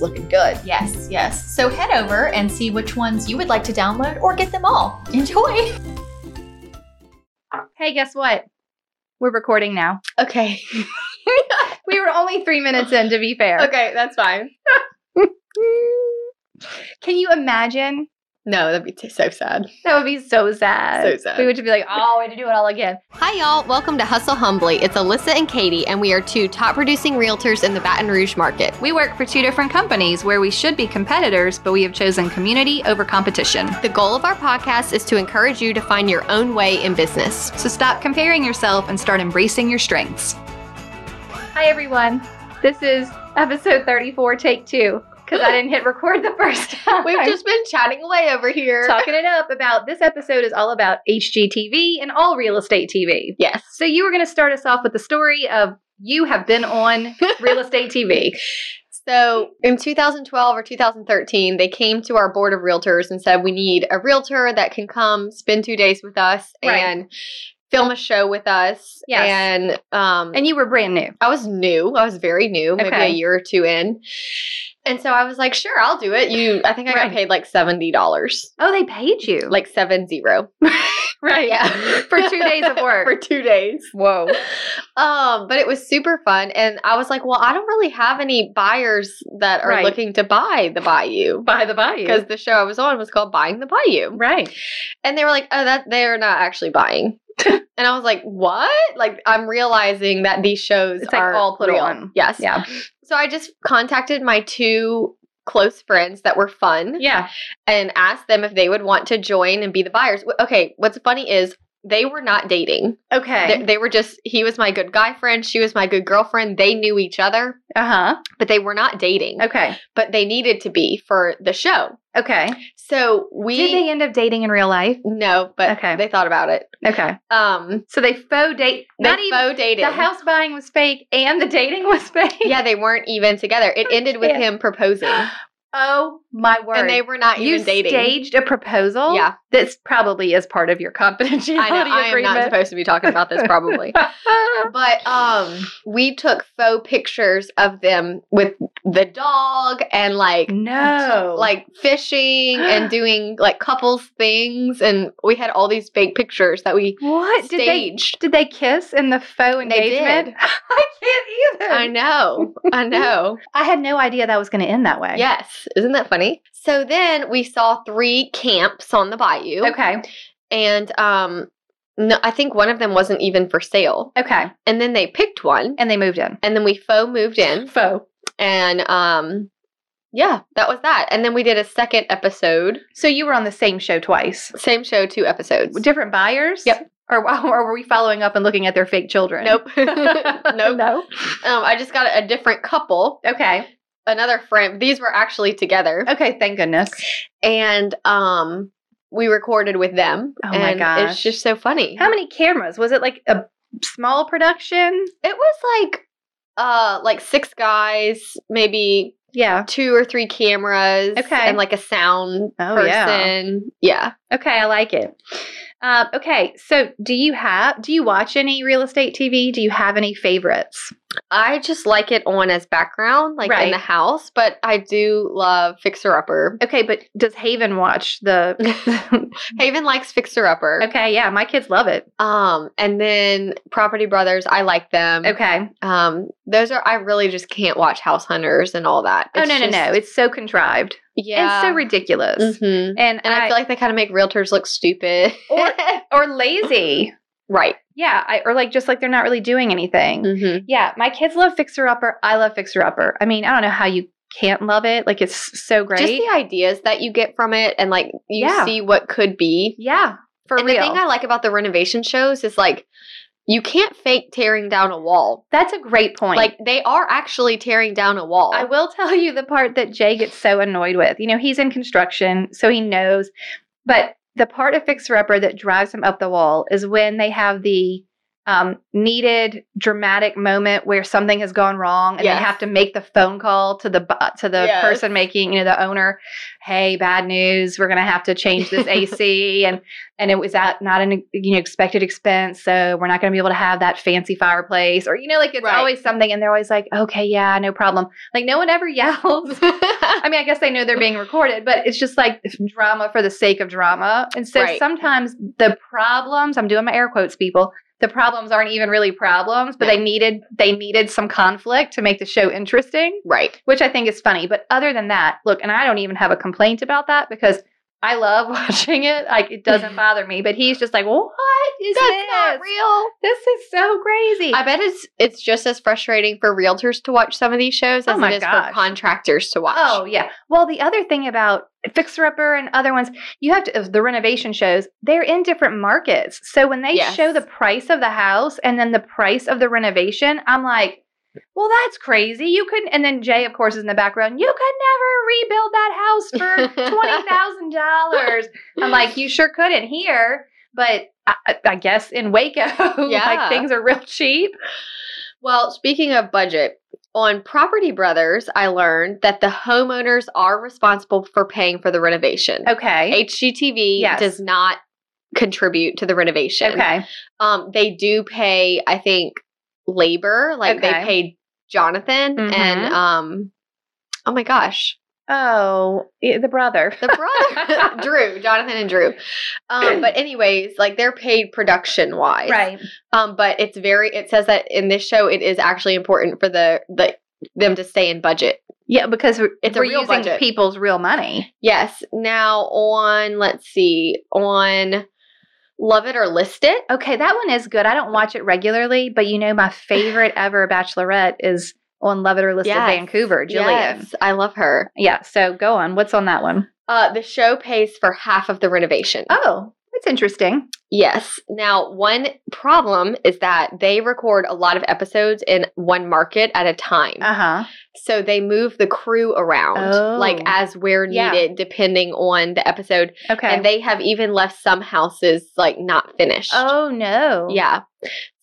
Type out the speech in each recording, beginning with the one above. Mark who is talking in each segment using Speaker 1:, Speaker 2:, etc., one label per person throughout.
Speaker 1: looking good.
Speaker 2: Yes, yes. So head over and see which ones you would like to download or get them all. Enjoy.
Speaker 3: Hey, guess what? We're recording now.
Speaker 2: Okay.
Speaker 3: We were only three minutes in, to be fair.
Speaker 2: Okay, that's fine.
Speaker 3: Can you imagine?
Speaker 2: No, that'd be t- so sad.
Speaker 3: That would be so sad.
Speaker 2: So sad.
Speaker 3: We would just be like, oh, we had to do it all again.
Speaker 2: Hi, y'all. Welcome to Hustle Humbly. It's Alyssa and Katie, and we are two top producing realtors in the Baton Rouge market.
Speaker 4: We work for two different companies where we should be competitors, but we have chosen community over competition.
Speaker 2: The goal of our podcast is to encourage you to find your own way in business.
Speaker 4: So stop comparing yourself and start embracing your strengths.
Speaker 3: Hi, everyone. This is episode 34, take two, because I didn't hit record the first time.
Speaker 2: We've just been chatting away over here.
Speaker 3: talking it up about this episode is all about HGTV and all real estate TV.
Speaker 2: Yes.
Speaker 3: So you were going to start us off with the story of you have been on real estate TV.
Speaker 2: So in 2012 or 2013, they came to our board of realtors and said, We need a realtor that can come spend two days with us
Speaker 3: Right.
Speaker 2: and film a show with us.
Speaker 3: Yes.
Speaker 2: And, um,
Speaker 3: And you were brand new.
Speaker 2: I was new. I was very new, maybe a
Speaker 3: Okay.
Speaker 2: year or two in. And so I was like, sure, I'll do it. You I think I got
Speaker 3: Right.
Speaker 2: paid like seventy dollars.
Speaker 3: Oh, they paid you.
Speaker 2: Like seven zero.
Speaker 3: right.
Speaker 2: Yeah.
Speaker 3: For two days of work.
Speaker 2: For two days.
Speaker 3: Whoa.
Speaker 2: Um, but it was super fun. And I was like, well, I don't really have any buyers that are
Speaker 3: Right.
Speaker 2: looking to buy the bayou.
Speaker 3: By the bayou.
Speaker 2: Because the show I was on was called Buying the Bayou.
Speaker 3: Right.
Speaker 2: And they were like, oh, that they're not actually buying. and I was like, what? Like, I'm realizing that these shows
Speaker 3: It's like
Speaker 2: are
Speaker 3: all put
Speaker 2: real.
Speaker 3: on.
Speaker 2: Yes.
Speaker 3: Yeah.
Speaker 2: So I just contacted my two close friends that were fun
Speaker 3: Yeah.
Speaker 2: and asked them if they would want to join and be the buyers. W- Okay, what's funny is they were not dating.
Speaker 3: Okay.
Speaker 2: They, they were just, he was my good guy friend, she was my good girlfriend. They knew each other,
Speaker 3: Uh
Speaker 2: but they were not dating,
Speaker 3: huh. Okay.
Speaker 2: but they needed to be for the show.
Speaker 3: Okay.
Speaker 2: So we,
Speaker 3: Did they end up dating in real life?
Speaker 2: no, but
Speaker 3: Okay.
Speaker 2: they thought about it.
Speaker 3: Okay.
Speaker 2: Um,
Speaker 3: So they faux date.
Speaker 2: they
Speaker 3: Not even
Speaker 2: faux dated.
Speaker 3: the house buying was fake and the dating was fake.
Speaker 2: yeah, they weren't even together.
Speaker 3: Oh,
Speaker 2: It ended with
Speaker 3: Yeah.
Speaker 2: him proposing,
Speaker 3: Oh my word.
Speaker 2: and they were not
Speaker 3: you
Speaker 2: even dating.
Speaker 3: staged a proposal.
Speaker 2: Yeah.
Speaker 3: This probably is part of your confidentiality
Speaker 2: I know I am
Speaker 3: agreement.
Speaker 2: not supposed to be talking about this probably. But um we took faux pictures of them with the dog and like
Speaker 3: no.
Speaker 2: like fishing and doing like couples things and we had all these fake pictures that we
Speaker 3: what did they?
Speaker 2: staged.
Speaker 3: Did they kiss in the faux
Speaker 2: They
Speaker 3: engagement?
Speaker 2: did.
Speaker 3: I can't even.
Speaker 2: I know. I know.
Speaker 3: I had no idea that was going to end that way.
Speaker 2: Yes. Isn't that funny? So then we saw three camps on the bayou.
Speaker 3: Okay.
Speaker 2: And um no, I think one of them wasn't even for sale.
Speaker 3: Okay.
Speaker 2: And then they picked one
Speaker 3: And they moved in.
Speaker 2: and then we faux moved in.
Speaker 3: Faux.
Speaker 2: and um yeah that was that and then we did a second episode
Speaker 3: So you were on the same show twice.
Speaker 2: same show two episodes
Speaker 3: Different buyers?
Speaker 2: Yep.
Speaker 3: Or, or were we following up and looking at their fake children?
Speaker 2: nope nope
Speaker 3: no.
Speaker 2: um, i just got a, different couple
Speaker 3: Okay.
Speaker 2: another friend these were actually together
Speaker 3: Okay, thank goodness.
Speaker 2: and um we recorded with them
Speaker 3: Oh my
Speaker 2: and it's
Speaker 3: gosh.
Speaker 2: just so funny
Speaker 3: How many cameras? Was it like a small production?
Speaker 2: it was like uh like six guys maybe
Speaker 3: Yeah.
Speaker 2: two or three cameras
Speaker 3: Okay.
Speaker 2: and like a sound
Speaker 3: Oh, yeah.
Speaker 2: person yeah
Speaker 3: Okay, I like it. Um, okay, so do you have do you watch any real estate TV? Do you have any favorites?
Speaker 2: I just like it on as background, like in
Speaker 3: Right.
Speaker 2: the house, but I do love Fixer Upper.
Speaker 3: Okay, but does Haven watch the
Speaker 2: Haven likes Fixer Upper.
Speaker 3: Okay, yeah, my kids love it.
Speaker 2: Um, and then Property Brothers, I like them.
Speaker 3: Okay.
Speaker 2: Um, those are I really just can't watch House Hunters and all that.
Speaker 3: Oh
Speaker 2: It's
Speaker 3: no, no, no.
Speaker 2: just-
Speaker 3: It's so contrived.
Speaker 2: yeah,
Speaker 3: It's so ridiculous.
Speaker 2: Mhm.
Speaker 3: And,
Speaker 2: And I, feel like they kind of make realtors look stupid.
Speaker 3: or or lazy.
Speaker 2: right.
Speaker 3: Yeah, I, or like just like they're not really doing anything.
Speaker 2: Mm-hmm.
Speaker 3: Yeah, my kids love Fixer Upper. I love Fixer Upper. I mean, I don't know how you can't love it. Like it's so great.
Speaker 2: Just the ideas that you get from it, and like you
Speaker 3: Yeah.
Speaker 2: see what could be.
Speaker 3: yeah, for
Speaker 2: and
Speaker 3: real.
Speaker 2: the thing I like about the renovation shows is like You can't fake tearing down a wall.
Speaker 3: That's a great point.
Speaker 2: Like they are actually tearing down a wall.
Speaker 3: I will tell you the part that Jay gets so annoyed with. You know, he's in construction, so he knows. But the part of Fix Upper that drives him up the wall is when they have the um, needed dramatic moment where something has gone wrong and
Speaker 2: Yes.
Speaker 3: they have to make the phone call to the bu- to the
Speaker 2: Yes.
Speaker 3: person making you know the owner hey bad news we're going to have to change this ac and and it was at not an you know expected expense so we're not going to be able to have that fancy fireplace or you know like it's
Speaker 2: Right.
Speaker 3: always something and they're always like okay yeah no problem like no one ever yells I mean, I guess they know they're being recorded, but it's just like drama for the sake of drama. And so
Speaker 2: Right.
Speaker 3: sometimes the problems, I'm doing my air quotes people, the problems aren't even really problems, but they needed they needed some conflict to make the show interesting,
Speaker 2: right.
Speaker 3: which I think is funny. But other than that, look, and I don't even have a complaint about that because I love watching it. Like it doesn't bother me, but he's just like, "What is
Speaker 2: That's
Speaker 3: this?
Speaker 2: not real.
Speaker 3: This is so crazy."
Speaker 2: I bet it's it's just as frustrating for realtors to watch some of these shows
Speaker 3: Oh
Speaker 2: as
Speaker 3: my
Speaker 2: it is
Speaker 3: gosh.
Speaker 2: for contractors to watch.
Speaker 3: Oh yeah. Well, the other thing about Fixer Upper and other ones, you have to uh, the renovation shows. They're in different markets, so when they
Speaker 2: Yes.
Speaker 3: show the price of the house and then the price of the renovation, I'm like, well, that's crazy. You could, and then Jay, of course, is in the background. You could never rebuild that house for twenty thousand dollars. I'm like, you sure couldn't here, but I, I- I guess in Waco,
Speaker 2: Yeah.
Speaker 3: like things are real cheap.
Speaker 2: Well, speaking of budget, on Property Brothers, I learned that the homeowners are responsible for paying for the renovation.
Speaker 3: Okay.
Speaker 2: HGTV
Speaker 3: Yes.
Speaker 2: does not contribute to the renovation.
Speaker 3: Okay.
Speaker 2: Um, they do pay, I think, labor. Like they
Speaker 3: Okay.
Speaker 2: paid Jonathan
Speaker 3: Mhm.
Speaker 2: and um, oh my gosh,
Speaker 3: Oh, yeah, the brother.
Speaker 2: the brother Drew, Jonathan and Drew. Um, but anyways, like they're paid production wise,
Speaker 3: Right.
Speaker 2: Um, but it's very. It says that in this show, it is actually important for the the them to stay in budget.
Speaker 3: Yeah, because we're,
Speaker 2: It's a
Speaker 3: we're
Speaker 2: real
Speaker 3: using
Speaker 2: budget.
Speaker 3: people's real money.
Speaker 2: Yes. Now on, let's see on. Love it or list it.
Speaker 3: Okay, that one is good. I don't watch it regularly, but you know my favorite ever Bachelorette is on Love It or List
Speaker 2: Yes.
Speaker 3: of Vancouver, Jillian.
Speaker 2: Yes, I love her.
Speaker 3: Yeah, so go on. What's on that one?
Speaker 2: Uh, the show pays for half of the renovation.
Speaker 3: Oh, that's interesting.
Speaker 2: Yes. Now, one problem is that they record a lot of episodes in one market at a time.
Speaker 3: Uh huh.
Speaker 2: so they move the crew around, like
Speaker 3: Oh.
Speaker 2: as where
Speaker 3: Yeah.
Speaker 2: needed, depending on the episode.
Speaker 3: Okay.
Speaker 2: And they have even left some houses like not finished.
Speaker 3: oh no.
Speaker 2: Yeah.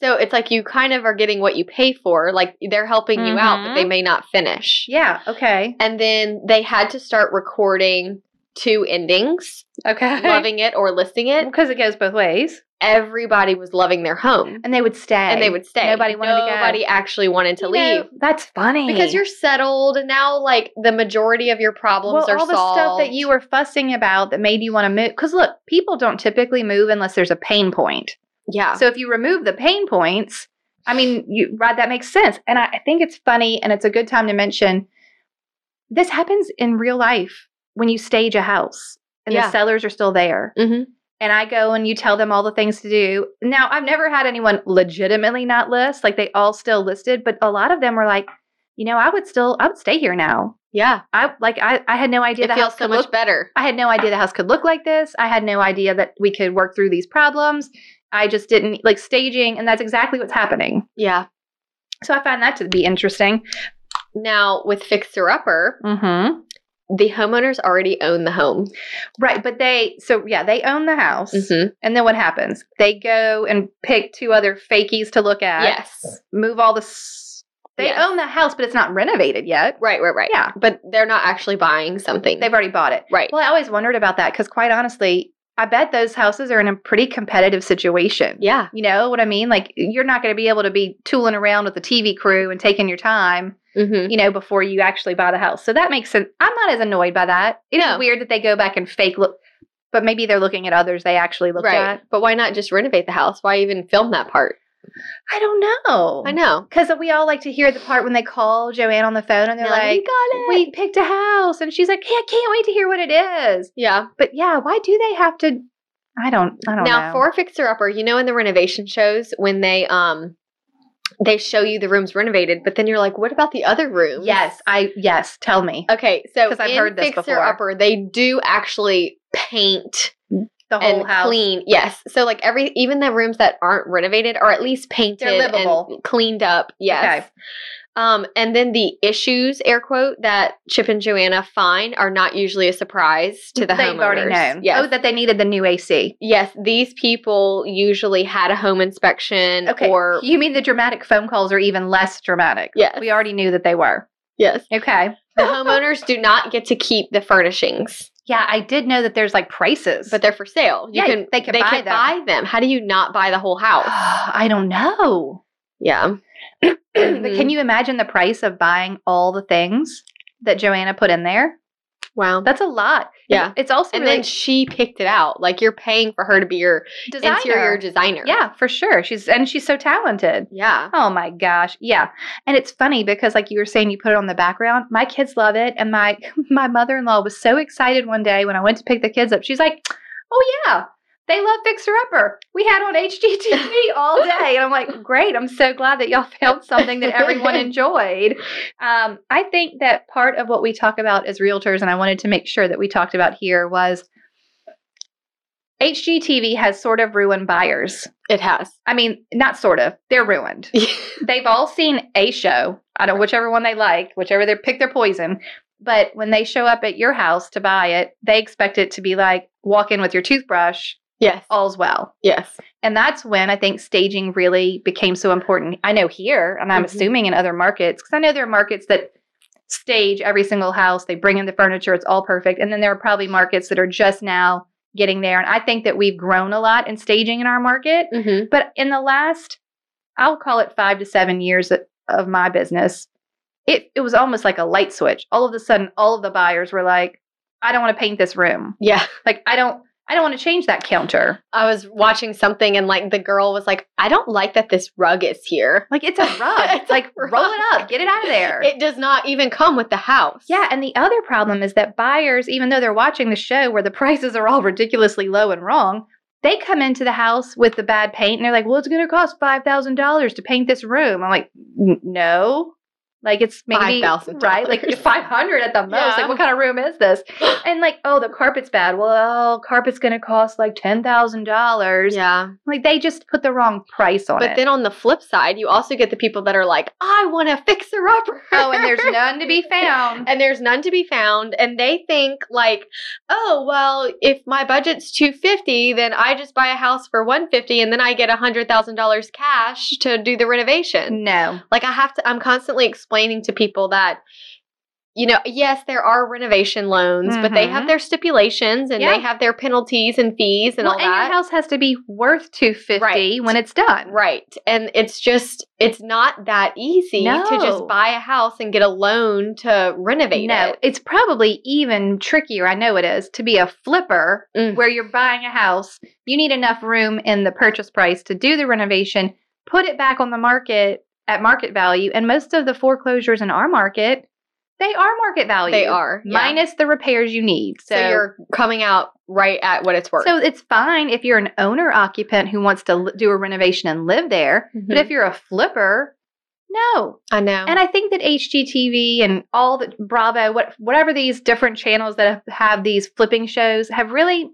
Speaker 2: So it's like you kind of are getting what you pay for. Like they're helping you out, but
Speaker 3: Mhm.
Speaker 2: they may not finish.
Speaker 3: Yeah. Okay.
Speaker 2: And then they had to start recording two endings,
Speaker 3: Okay.
Speaker 2: loving it or listing it.
Speaker 3: because it goes both ways,
Speaker 2: everybody was loving their home
Speaker 3: and they would stay,
Speaker 2: and they would stay.
Speaker 3: Nobody wanted to go.
Speaker 2: Nobody actually wanted to
Speaker 3: You know,
Speaker 2: leave
Speaker 3: that's funny
Speaker 2: because you're settled and now. Like the majority of your problems
Speaker 3: well,
Speaker 2: are
Speaker 3: all the
Speaker 2: solved.
Speaker 3: stuff that you were fussing about that made you want to move. Because look, people don't typically move unless there's a pain point.
Speaker 2: yeah,
Speaker 3: So if you remove the pain points, I mean, you right, that makes sense. And I, I think it's funny and it's a good time to mention this happens in real life when you stage a house and
Speaker 2: Yeah.
Speaker 3: the sellers are still there.
Speaker 2: Mhm.
Speaker 3: And I go and you tell them all the things to do. Now, I've never had anyone legitimately not list, like they all still listed, but a lot of them were like, you know, I would still, I would stay here now.
Speaker 2: yeah.
Speaker 3: I like, I, I had no idea
Speaker 2: It
Speaker 3: the
Speaker 2: feels
Speaker 3: house
Speaker 2: so
Speaker 3: could
Speaker 2: much
Speaker 3: look
Speaker 2: better.
Speaker 3: I had no idea the house could look like this. I had no idea that we could work through these problems. I just didn't like staging, and that's exactly what's happening.
Speaker 2: Yeah.
Speaker 3: So I find that to be interesting.
Speaker 2: Now with fixer upper,
Speaker 3: Mm-hmm.
Speaker 2: the homeowners already own the home.
Speaker 3: Right, but they so yeah they own the house,
Speaker 2: Mhm.
Speaker 3: and then what happens? They go and pick two other fakies to look at.
Speaker 2: Yes.
Speaker 3: move all the. S- they
Speaker 2: Yes.
Speaker 3: own the house, but it's not renovated yet.
Speaker 2: Right. Right. Right.
Speaker 3: Yeah.
Speaker 2: But they're not actually buying something.
Speaker 3: They've already bought it.
Speaker 2: right.
Speaker 3: Well, I always wondered about that because, quite honestly, I bet those houses are in a pretty competitive situation.
Speaker 2: yeah.
Speaker 3: You know what I mean? Like you're not going to be able to be tooling around with the TV crew and taking your time,
Speaker 2: hmm
Speaker 3: you know, before you actually buy the house. So that makes sense. I'm not as annoyed by that. It's
Speaker 2: No.
Speaker 3: weird that they go back and fake look, but maybe they're looking at others they actually looked
Speaker 2: Right.
Speaker 3: at.
Speaker 2: But why not just renovate the house? Why even film that part?
Speaker 3: I don't know.
Speaker 2: I know.
Speaker 3: because we all like to hear the part when they call Joanne on the phone and they're
Speaker 2: you
Speaker 3: like.
Speaker 2: got it.
Speaker 3: We picked a house, and she's like, "Hey, I can't wait to hear what it is."
Speaker 2: yeah.
Speaker 3: But yeah, why do they have to? I don't. I don't
Speaker 2: now
Speaker 3: know.
Speaker 2: for fixer upper you know in the renovation shows when they um they show you the rooms renovated but then you're like what about the other room
Speaker 3: yes, I yes. Tell me
Speaker 2: okay so
Speaker 3: 'Cause I've
Speaker 2: in
Speaker 3: heard this
Speaker 2: fixer
Speaker 3: before.
Speaker 2: upper they do actually paint
Speaker 3: the the whole
Speaker 2: and
Speaker 3: house.
Speaker 2: clean. Yes. So like every even the rooms that aren't renovated are at least painted
Speaker 3: livable.
Speaker 2: and cleaned up. Yes.
Speaker 3: Okay.
Speaker 2: Um, and then the issues, air quote, that Chip and Joanna find are not usually a surprise to the
Speaker 3: They've
Speaker 2: homeowners.
Speaker 3: already known.
Speaker 2: Yes.
Speaker 3: Oh, that they needed the new AC.
Speaker 2: yes, these people usually had a home inspection
Speaker 3: Okay.
Speaker 2: or
Speaker 3: you mean the dramatic phone calls are even less dramatic?
Speaker 2: Yes.
Speaker 3: We already knew that they were.
Speaker 2: yes.
Speaker 3: Okay.
Speaker 2: The homeowners do not get to keep the furnishings,
Speaker 3: Yeah, I did know that there's like prices,
Speaker 2: but they're for sale.
Speaker 3: Yeah, they can buy them.
Speaker 2: buy them. How do you not buy the whole house?
Speaker 3: I don't know.
Speaker 2: Yeah.
Speaker 3: But
Speaker 2: Mm-hmm.
Speaker 3: can you imagine the price of buying all the things that Joanna put in there?
Speaker 2: Wow.
Speaker 3: That's a lot.
Speaker 2: Yeah.
Speaker 3: It's also
Speaker 2: and
Speaker 3: really
Speaker 2: then she picked it out. Like you're paying for her to be your
Speaker 3: designer.
Speaker 2: interior designer.
Speaker 3: Yeah, for sure. She's and she's so talented.
Speaker 2: Yeah.
Speaker 3: Oh my gosh. Yeah. And it's funny because like you were saying you put it on the background. My kids love it and my my mother-in-law was so excited one day when I went to pick the kids up. She's like, "Oh yeah. They love Fixer Upper. We had on HGTV all day." And I'm like, "Great. I'm so glad that y'all found something that everyone enjoyed." Um, I think that part of what we talk about as realtors and I wanted to make sure that we talked about here was HGTV has sort of ruined buyers.
Speaker 2: It has.
Speaker 3: I mean, not sort of. They're ruined. They've all seen a show. I don't whichever one they like, whichever they pick their poison. But when they show up at your house to buy it, they expect it to be like walk in with your toothbrush,
Speaker 2: yes.
Speaker 3: all's well.
Speaker 2: Yes.
Speaker 3: And that's when I think staging really became so important. I know here, and I'm
Speaker 2: Mhm.
Speaker 3: assuming in other markets, because I know there are markets that stage every single house, they bring in the furniture, it's all perfect. And then there are probably markets that are just now getting there. And I think that we've grown a lot in staging in our market.
Speaker 2: Mm-hmm.
Speaker 3: But in the last, I'll call it five to seven years o- of my business, it, it was almost like a light switch. All of a sudden, all of the buyers were like, I don't want to paint this room.
Speaker 2: Yeah.
Speaker 3: Like, I don't. I don't want to change that counter.
Speaker 2: I was watching something and like the girl was like, I don't like that this rug is here.
Speaker 3: Like it's a rug.
Speaker 2: It's a
Speaker 3: like roll it
Speaker 2: rug.
Speaker 3: up, get it out of there.
Speaker 2: It does not even come with the house.
Speaker 3: yeah, and the other problem is that buyers, even though they're watching the show where the prices are all ridiculously low and wrong, they come into the house with the bad paint and they're like, "Well, it's going to cost five thousand dollars to paint this room." I'm like, "N- "No." Like it's maybe
Speaker 2: $5,000.
Speaker 3: right, like five hundred at the most.
Speaker 2: Yeah.
Speaker 3: Like what kind of room is this? And like, oh, the carpet's bad. Well, carpet's going to cost like ten thousand dollars.
Speaker 2: Yeah.
Speaker 3: Like they just put the wrong price on it.
Speaker 2: But then on the flip side, you also get the people that are like, I want to fix her up.
Speaker 3: oh, and there's none to be found.
Speaker 2: and there's none to be found and they think like oh well if my budget's 250 then i just buy a house for 150 and then i get $100000 cash to do the renovation
Speaker 3: No.
Speaker 2: like i have to i'm constantly explaining to people that you know yes there are renovation loans but they have
Speaker 3: Mhm.
Speaker 2: their stipulations and
Speaker 3: Yeah.
Speaker 2: they have their penalties and fees and
Speaker 3: well,
Speaker 2: all
Speaker 3: and
Speaker 2: that
Speaker 3: your house has to be worth 250
Speaker 2: Right.
Speaker 3: when it's done.
Speaker 2: Right. And it's just, it's not that easy to
Speaker 3: No.
Speaker 2: just buy a house and get a loan to renovate
Speaker 3: No,
Speaker 2: it.
Speaker 3: it's probably even trickier. I know it is to be a flipper
Speaker 2: Mm.
Speaker 3: where you're buying a house. You need enough room in the purchase price to do the renovation, put it back on the market at market value. And most of the foreclosures in our market, they are market value.
Speaker 2: They are. yeah.
Speaker 3: minus the repairs you need. So,
Speaker 2: So, you're coming out right at what it's worth.
Speaker 3: so it's fine if you're an owner occupant who wants to l- do a renovation and live there. But
Speaker 2: Mhm.
Speaker 3: if you're a flipper, no,
Speaker 2: I know.
Speaker 3: And I think that HGTV and all the Bravo, what, whatever these different channels that have, have these flipping shows, have really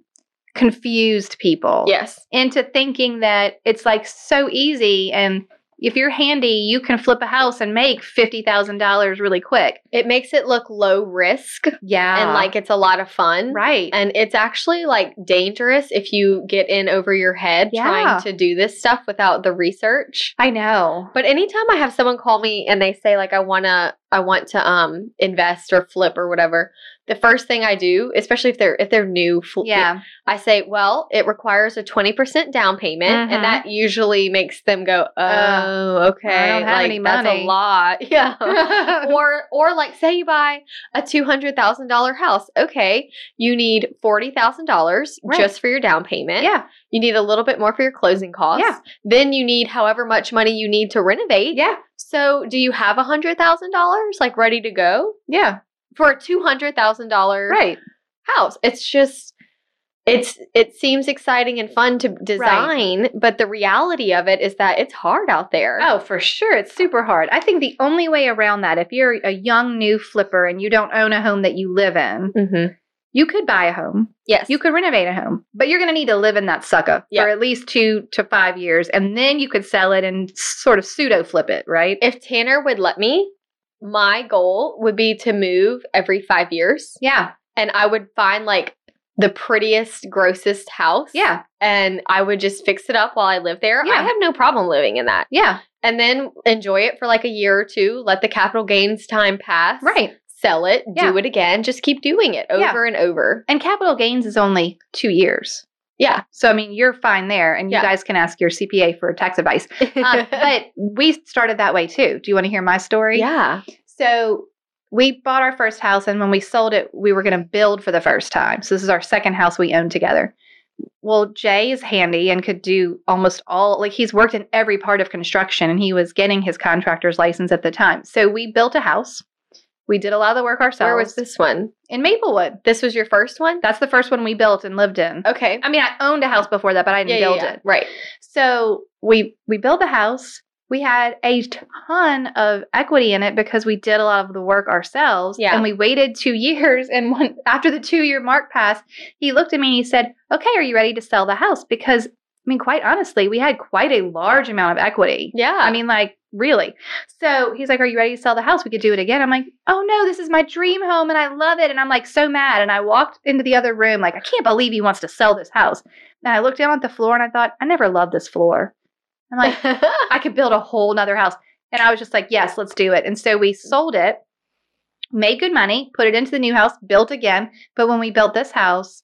Speaker 3: confused people
Speaker 2: yes.
Speaker 3: into thinking that it's like so easy and if you're handy, you can flip a house and make fifty thousand dollars really quick.
Speaker 2: It makes it look low risk
Speaker 3: Yeah,
Speaker 2: and like it's a lot of fun.
Speaker 3: right.
Speaker 2: And it's actually like dangerous if you get in over your head
Speaker 3: Yeah.
Speaker 2: trying to do this stuff without the research.
Speaker 3: I know.
Speaker 2: But anytime I have someone call me and they say like I wanna I want to um invest or flip or whatever, the first thing I do, especially if they're if they're new, fl-
Speaker 3: Yeah,
Speaker 2: I say, well, it requires a twenty percent down payment,
Speaker 3: Mhm.
Speaker 2: and that usually makes them go, oh, okay,
Speaker 3: Uh, I don't have
Speaker 2: like
Speaker 3: any
Speaker 2: that's
Speaker 3: money."
Speaker 2: a lot, yeah.
Speaker 3: yeah,
Speaker 2: or or like say you buy a two hundred thousand dollar house, okay, you need forty thousand dollars
Speaker 3: Right.
Speaker 2: just for your down payment.
Speaker 3: yeah,
Speaker 2: You need a little bit more for your closing costs.
Speaker 3: Yeah.
Speaker 2: Then you need however much money you need to renovate.
Speaker 3: yeah,
Speaker 2: So do you have a hundred thousand dollars like ready to go for a two hundred thousand dollar
Speaker 3: Right.
Speaker 2: house? It's just it's it seems exciting and fun to design, but the reality of it is that it's hard out there.
Speaker 3: Oh, for sure. It's super hard. I think the only way around that, if you're a young new flipper and you don't own a home that you live in,
Speaker 2: Mm-hmm.
Speaker 3: You could buy a home.
Speaker 2: Yes.
Speaker 3: You could renovate a home, but you're going to need to live in that sucker
Speaker 2: Yeah.
Speaker 3: for at least two to five years, and then you could sell it and sort of pseudo flip it, right?
Speaker 2: if Tanner would let me, my goal would be to move every five years.
Speaker 3: yeah,
Speaker 2: And I would find like the prettiest, grossest house.
Speaker 3: yeah,
Speaker 2: And I would just fix it up while I live there. I
Speaker 3: Yeah.
Speaker 2: have no problem living in that.
Speaker 3: yeah,
Speaker 2: And then enjoy it for like a year or two. Let the capital gains time pass.
Speaker 3: right.
Speaker 2: Sell it.
Speaker 3: Yeah.
Speaker 2: Do it again. Just keep doing it over
Speaker 3: Yeah.
Speaker 2: and over.
Speaker 3: And capital gains is only two years.
Speaker 2: Yeah.
Speaker 3: So, I mean, you're fine there, and you
Speaker 2: Yeah.
Speaker 3: guys can ask your CPA for tax advice. Um, but we started that way too. Do you want to hear my story?
Speaker 2: yeah.
Speaker 3: So we bought our first house, and when we sold it, we were going to build for the first time. So this is our second house we owned together. Well, Jay is handy and could do almost all, like, he's worked in every part of construction and he was getting his contractor's license at the time. So we built a house. We did a lot of the work ourselves.
Speaker 2: Where was this one?
Speaker 3: In Maplewood.
Speaker 2: This was your first one?
Speaker 3: That's the first one we built and lived in.
Speaker 2: Okay.
Speaker 3: I mean, I owned a house before that, but I didn't build it.
Speaker 2: Right.
Speaker 3: So we we built the house. We had a ton of equity in it because we did a lot of the work ourselves.
Speaker 2: Yeah.
Speaker 3: And we waited two years. And when, after the two year mark passed, he looked at me and he said, Okay, are you ready to sell the house? Because, I mean, quite honestly, we had quite a large amount of equity.
Speaker 2: Yeah.
Speaker 3: I mean, like, really. So he's like, Are you ready to sell the house? We could do it again. I'm like, Oh no, this is my dream home and I love it. And I'm like, so mad. And I walked into the other room, like, I can't believe he wants to sell this house. And I looked down at the floor and I thought, I never loved this floor. I'm like, I could build a whole nother house. And I was just like, Yes, let's do it. And so we sold it, made good money, put it into the new house, built again. But when we built this house,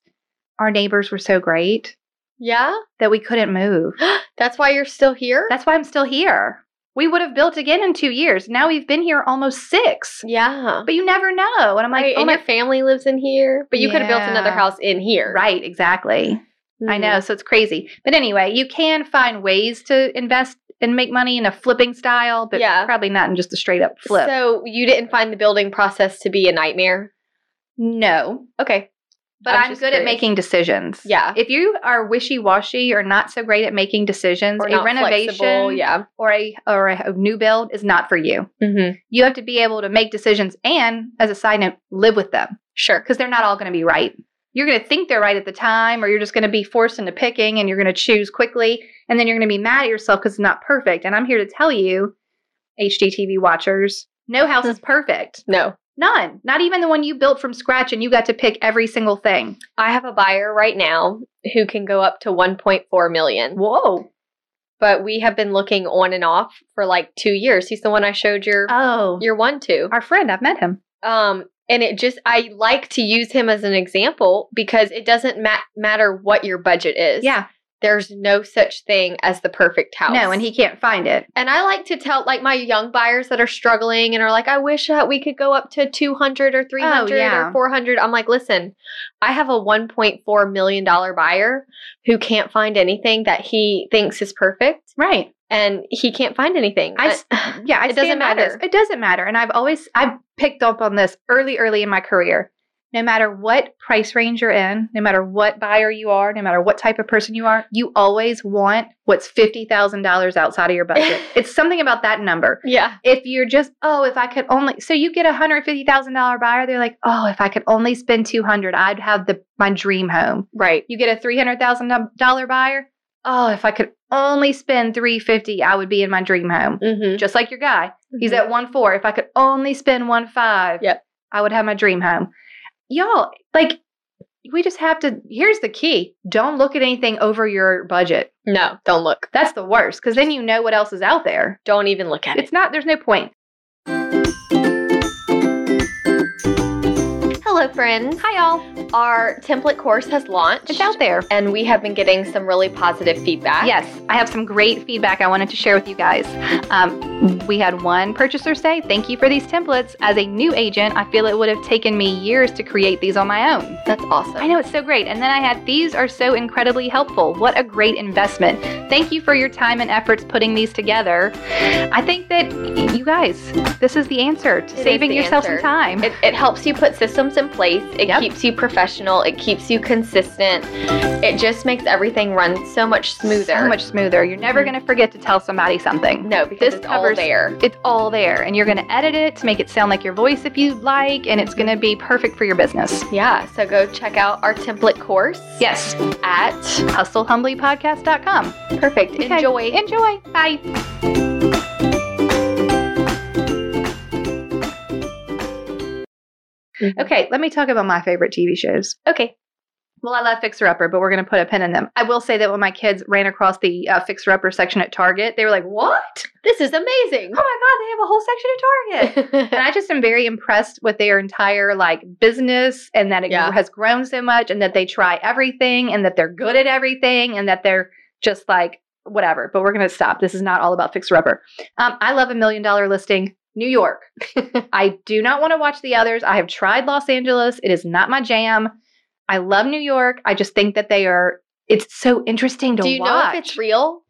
Speaker 3: our neighbors were so great
Speaker 2: yeah.
Speaker 3: that we couldn't move.
Speaker 2: That's why you're still here?
Speaker 3: That's why I'm still here. We would have built again in two years. Now we've been here almost six,
Speaker 2: yeah.
Speaker 3: but you never know. And I'm like,
Speaker 2: right,
Speaker 3: oh
Speaker 2: and
Speaker 3: my,
Speaker 2: your family lives in here, but you could have built another
Speaker 3: Yeah.
Speaker 2: house in here.
Speaker 3: right, exactly. I
Speaker 2: Mhm.
Speaker 3: know. So it's crazy. But anyway, you can find ways to invest and make money in a flipping style, but
Speaker 2: Mm. Yeah.
Speaker 3: probably not in just a straight up flip.
Speaker 2: So you didn't find the building process to be a nightmare?
Speaker 3: no,
Speaker 2: Okay.
Speaker 3: but
Speaker 2: I was
Speaker 3: I'm
Speaker 2: just
Speaker 3: good at
Speaker 2: curious.
Speaker 3: making decisions.
Speaker 2: Yeah.
Speaker 3: If you are wishy washy or not so great at making decisions,
Speaker 2: Or
Speaker 3: a
Speaker 2: not
Speaker 3: renovation
Speaker 2: flexible, Yeah.
Speaker 3: or a or a new build is not for you.
Speaker 2: Mm-hmm.
Speaker 3: You have to be able to make decisions and, as a side note, live with them.
Speaker 2: Sure.
Speaker 3: because they're not all going to be right. You're going to think they're right at the time, or you're just going to be forced into picking and you're going to choose quickly. And then you're going to be mad at yourself because it's not perfect. And I'm here to tell you, HGTV watchers, no house is perfect.
Speaker 2: No.
Speaker 3: None. Not even the one you built from scratch and you got to pick every single thing.
Speaker 2: I have a buyer right now who can go up to 1.4 million,
Speaker 3: Whoa.
Speaker 2: but we have been looking on and off for like 2 years. He's the one I showed your
Speaker 3: Oh.
Speaker 2: your one to.
Speaker 3: Our friend, I've met him.
Speaker 2: um and it just i like to use him as an example because it doesn't ma- matter what your budget is
Speaker 3: Yeah.
Speaker 2: there's no such thing as the perfect house
Speaker 3: No, and he can't find it.
Speaker 2: and i like to tell like my young buyers that are struggling and are like i wish that we could go up to 200 or 300
Speaker 3: Oh, yeah.
Speaker 2: or 400 i'm like listen i have a 1.4 million dollar buyer who can't find anything that he thinks is perfect
Speaker 3: Right.
Speaker 2: and he can't find anything
Speaker 3: I s- yeah, I
Speaker 2: It doesn't
Speaker 3: stand by this.
Speaker 2: matter.
Speaker 3: It doesn't matter. And I've always I've picked up on this early, early in my career. No matter what price range you're in, no matter what buyer you are, no matter what type of person you are, you always want what's fifty thousand dollars outside of your budget. it's something about that number.
Speaker 2: yeah
Speaker 3: If you're just oh, if I could only so you get a hundred fifty thousand dollar buyer, they're like oh, if I could only spend two hundred, I'd have the my dream home.
Speaker 2: right
Speaker 3: You get a three hundred thousand dollar buyer. Oh, if I could only spend three fifty, I would be in my dream home
Speaker 2: mm-hmm.
Speaker 3: just like your guy. He's at one four. If I could only spend one five,
Speaker 2: Yep.
Speaker 3: I would have my dream home. Y'all, like, we just have to. Here's the key: don't look at anything over your budget.
Speaker 2: Mm-hmm. no don't look
Speaker 3: That's the worst because then you know what else is out there.
Speaker 2: don't even look at it
Speaker 3: It's not. There's no point.
Speaker 2: hello friends
Speaker 3: Hi, y'all.
Speaker 2: Our template course has launched.
Speaker 3: It's out there.
Speaker 2: And we have been getting some really positive feedback.
Speaker 3: Yes, I have some great feedback I wanted to share with you guys. Um, we had one purchaser say, Thank you for these templates. As a new agent, I feel it would have taken me years to create these on my own.
Speaker 2: That's awesome.
Speaker 3: I know it's so great. And then I had these are so incredibly helpful. What a great investment. Thank you for your time and efforts putting these together. I think that y- you guys, this is the answer to
Speaker 2: is
Speaker 3: saving
Speaker 2: the
Speaker 3: yourself
Speaker 2: answer.
Speaker 3: some time.
Speaker 2: It, it helps you put systems in place, it
Speaker 3: Yep.
Speaker 2: keeps you professional. It keeps you consistent. It just makes everything run so much smoother. Mm-hmm.
Speaker 3: So much smoother. You're never going to forget to tell somebody something.
Speaker 2: No, because
Speaker 3: This
Speaker 2: it's all
Speaker 3: covers-
Speaker 2: there.
Speaker 3: It's all there, and you're going to edit it to make it sound like your voice if you'd like, and it's going to be perfect for your business.
Speaker 2: Yeah. So go check out our template course
Speaker 3: Yes,
Speaker 2: at
Speaker 3: hustlehumblypodcast.com.
Speaker 2: Perfect.
Speaker 3: Okay.
Speaker 2: Enjoy. Mm-hmm.
Speaker 3: Enjoy. Bye. Okay, let me talk about my favorite TV shows.
Speaker 2: Okay.
Speaker 3: Well, I love Fixer Upper, but we're going to put a pin in them. I will say that when my kids ran across the uh, Fixer Upper section at Target, they were like, What?
Speaker 2: This is amazing.
Speaker 3: Oh my God, they have a whole section at Target. and I just am very impressed with their entire like business and that it
Speaker 2: Yeah.
Speaker 3: has grown so much and that they try everything and that they're good at everything and that they're just like whatever. But we're gonna stop. This is not all about fixer upper. Um, I love a million dollar listing. New York. I do not want to watch the others. I have tried Los Angeles. It is not my jam. I love New York. I just think that they are. It's so interesting to
Speaker 2: Do you
Speaker 3: watch.
Speaker 2: know if it's real?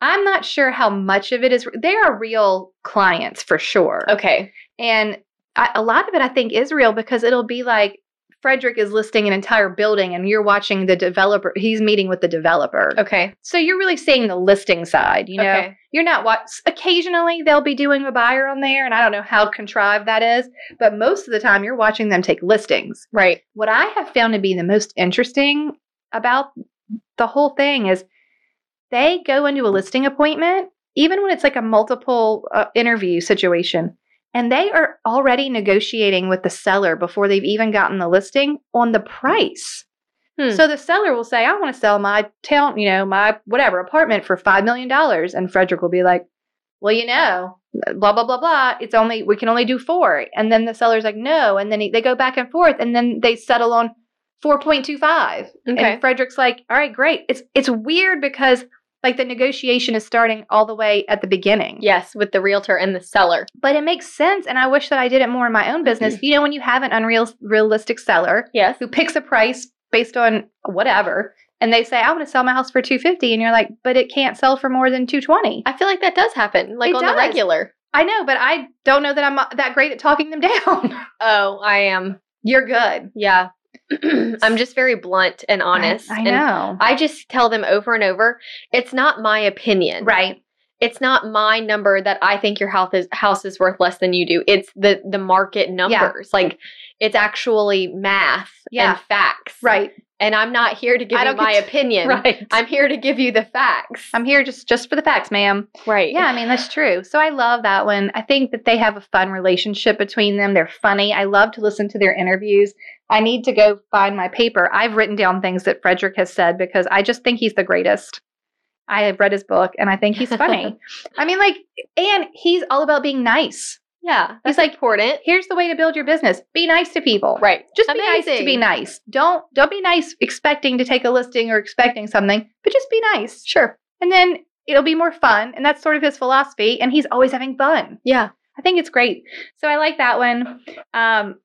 Speaker 3: I'm not sure how much of it is. They are real clients for sure.
Speaker 2: Okay.
Speaker 3: And I, a lot of it, I think, is real because it'll be like Frederick is listing an entire building and you're watching the developer. He's meeting with the developer.
Speaker 2: Okay.
Speaker 3: So you're really seeing the listing side, you know?
Speaker 2: Okay.
Speaker 3: You're not what occasionally they'll be doing a buyer on there, and I don't know how contrived that is, but most of the time you're watching them take listings.
Speaker 2: Right.
Speaker 3: What I have found to be the most interesting about the whole thing is they go into a listing appointment, even when it's like a multiple uh, interview situation, and they are already negotiating with the seller before they've even gotten the listing on the price.
Speaker 2: Hmm.
Speaker 3: So the seller will say, "I want to sell my town, you know, my whatever apartment for five million dollars," and Frederick will be like, "Well, you know, blah blah blah blah. It's only we can only do four. And then the seller's like, "No," and then he, they go back and forth, and then they settle on four point two five.
Speaker 2: Okay.
Speaker 3: And Frederick's like, all right, great. It's it's weird because like the negotiation is starting all the way at the beginning.
Speaker 2: Yes, with the realtor and the seller.
Speaker 3: But it makes sense and I wish that I did it more in my own business. You know, when you have an unreal realistic seller
Speaker 2: Yes.
Speaker 3: who picks a price based on whatever and they say, I want to sell my house for two fifty and you're like, but it can't sell for more than two twenty.
Speaker 2: I feel like that does happen, like
Speaker 3: It
Speaker 2: on
Speaker 3: does.
Speaker 2: the regular.
Speaker 3: I know, but I don't know that I'm uh, that great at talking them down.
Speaker 2: Oh, I am.
Speaker 3: you're good.
Speaker 2: Yeah. I'm just very blunt and honest.
Speaker 3: I, I
Speaker 2: and
Speaker 3: know.
Speaker 2: I just tell them over and over, it's not my opinion.
Speaker 3: right.
Speaker 2: It's not my number that I think your house is house is worth less than you do. It's the the market numbers. Like it's actually math
Speaker 3: Yeah.
Speaker 2: and facts.
Speaker 3: Right.
Speaker 2: And I'm not here to give
Speaker 3: I
Speaker 2: you
Speaker 3: don't get
Speaker 2: my
Speaker 3: to-
Speaker 2: opinion.
Speaker 3: Right.
Speaker 2: I'm here to give you the facts.
Speaker 3: I'm here just just for the facts, ma'am.
Speaker 2: right.
Speaker 3: Yeah, I mean that's true. So I love that one. I think that they have a fun relationship between them. They're funny. I love to listen to their interviews. I need to go find my paper. I've written down things that Frederick has said because I just think he's the greatest. I have read his book and I think he's funny. I mean, like, and he's all about being nice.
Speaker 2: Yeah.
Speaker 3: He's
Speaker 2: That's
Speaker 3: like-
Speaker 2: important.
Speaker 3: Here's the way to build your business: be nice to people.
Speaker 2: Right.
Speaker 3: Just be nice to
Speaker 2: Amazing.
Speaker 3: be nice. Don't don't be nice expecting to take a listing or expecting something, but just be nice.
Speaker 2: Sure.
Speaker 3: And then it'll be more fun. And that's sort of his philosophy. And he's always having fun.
Speaker 2: Yeah.
Speaker 3: I think it's great. So I like that one. Um,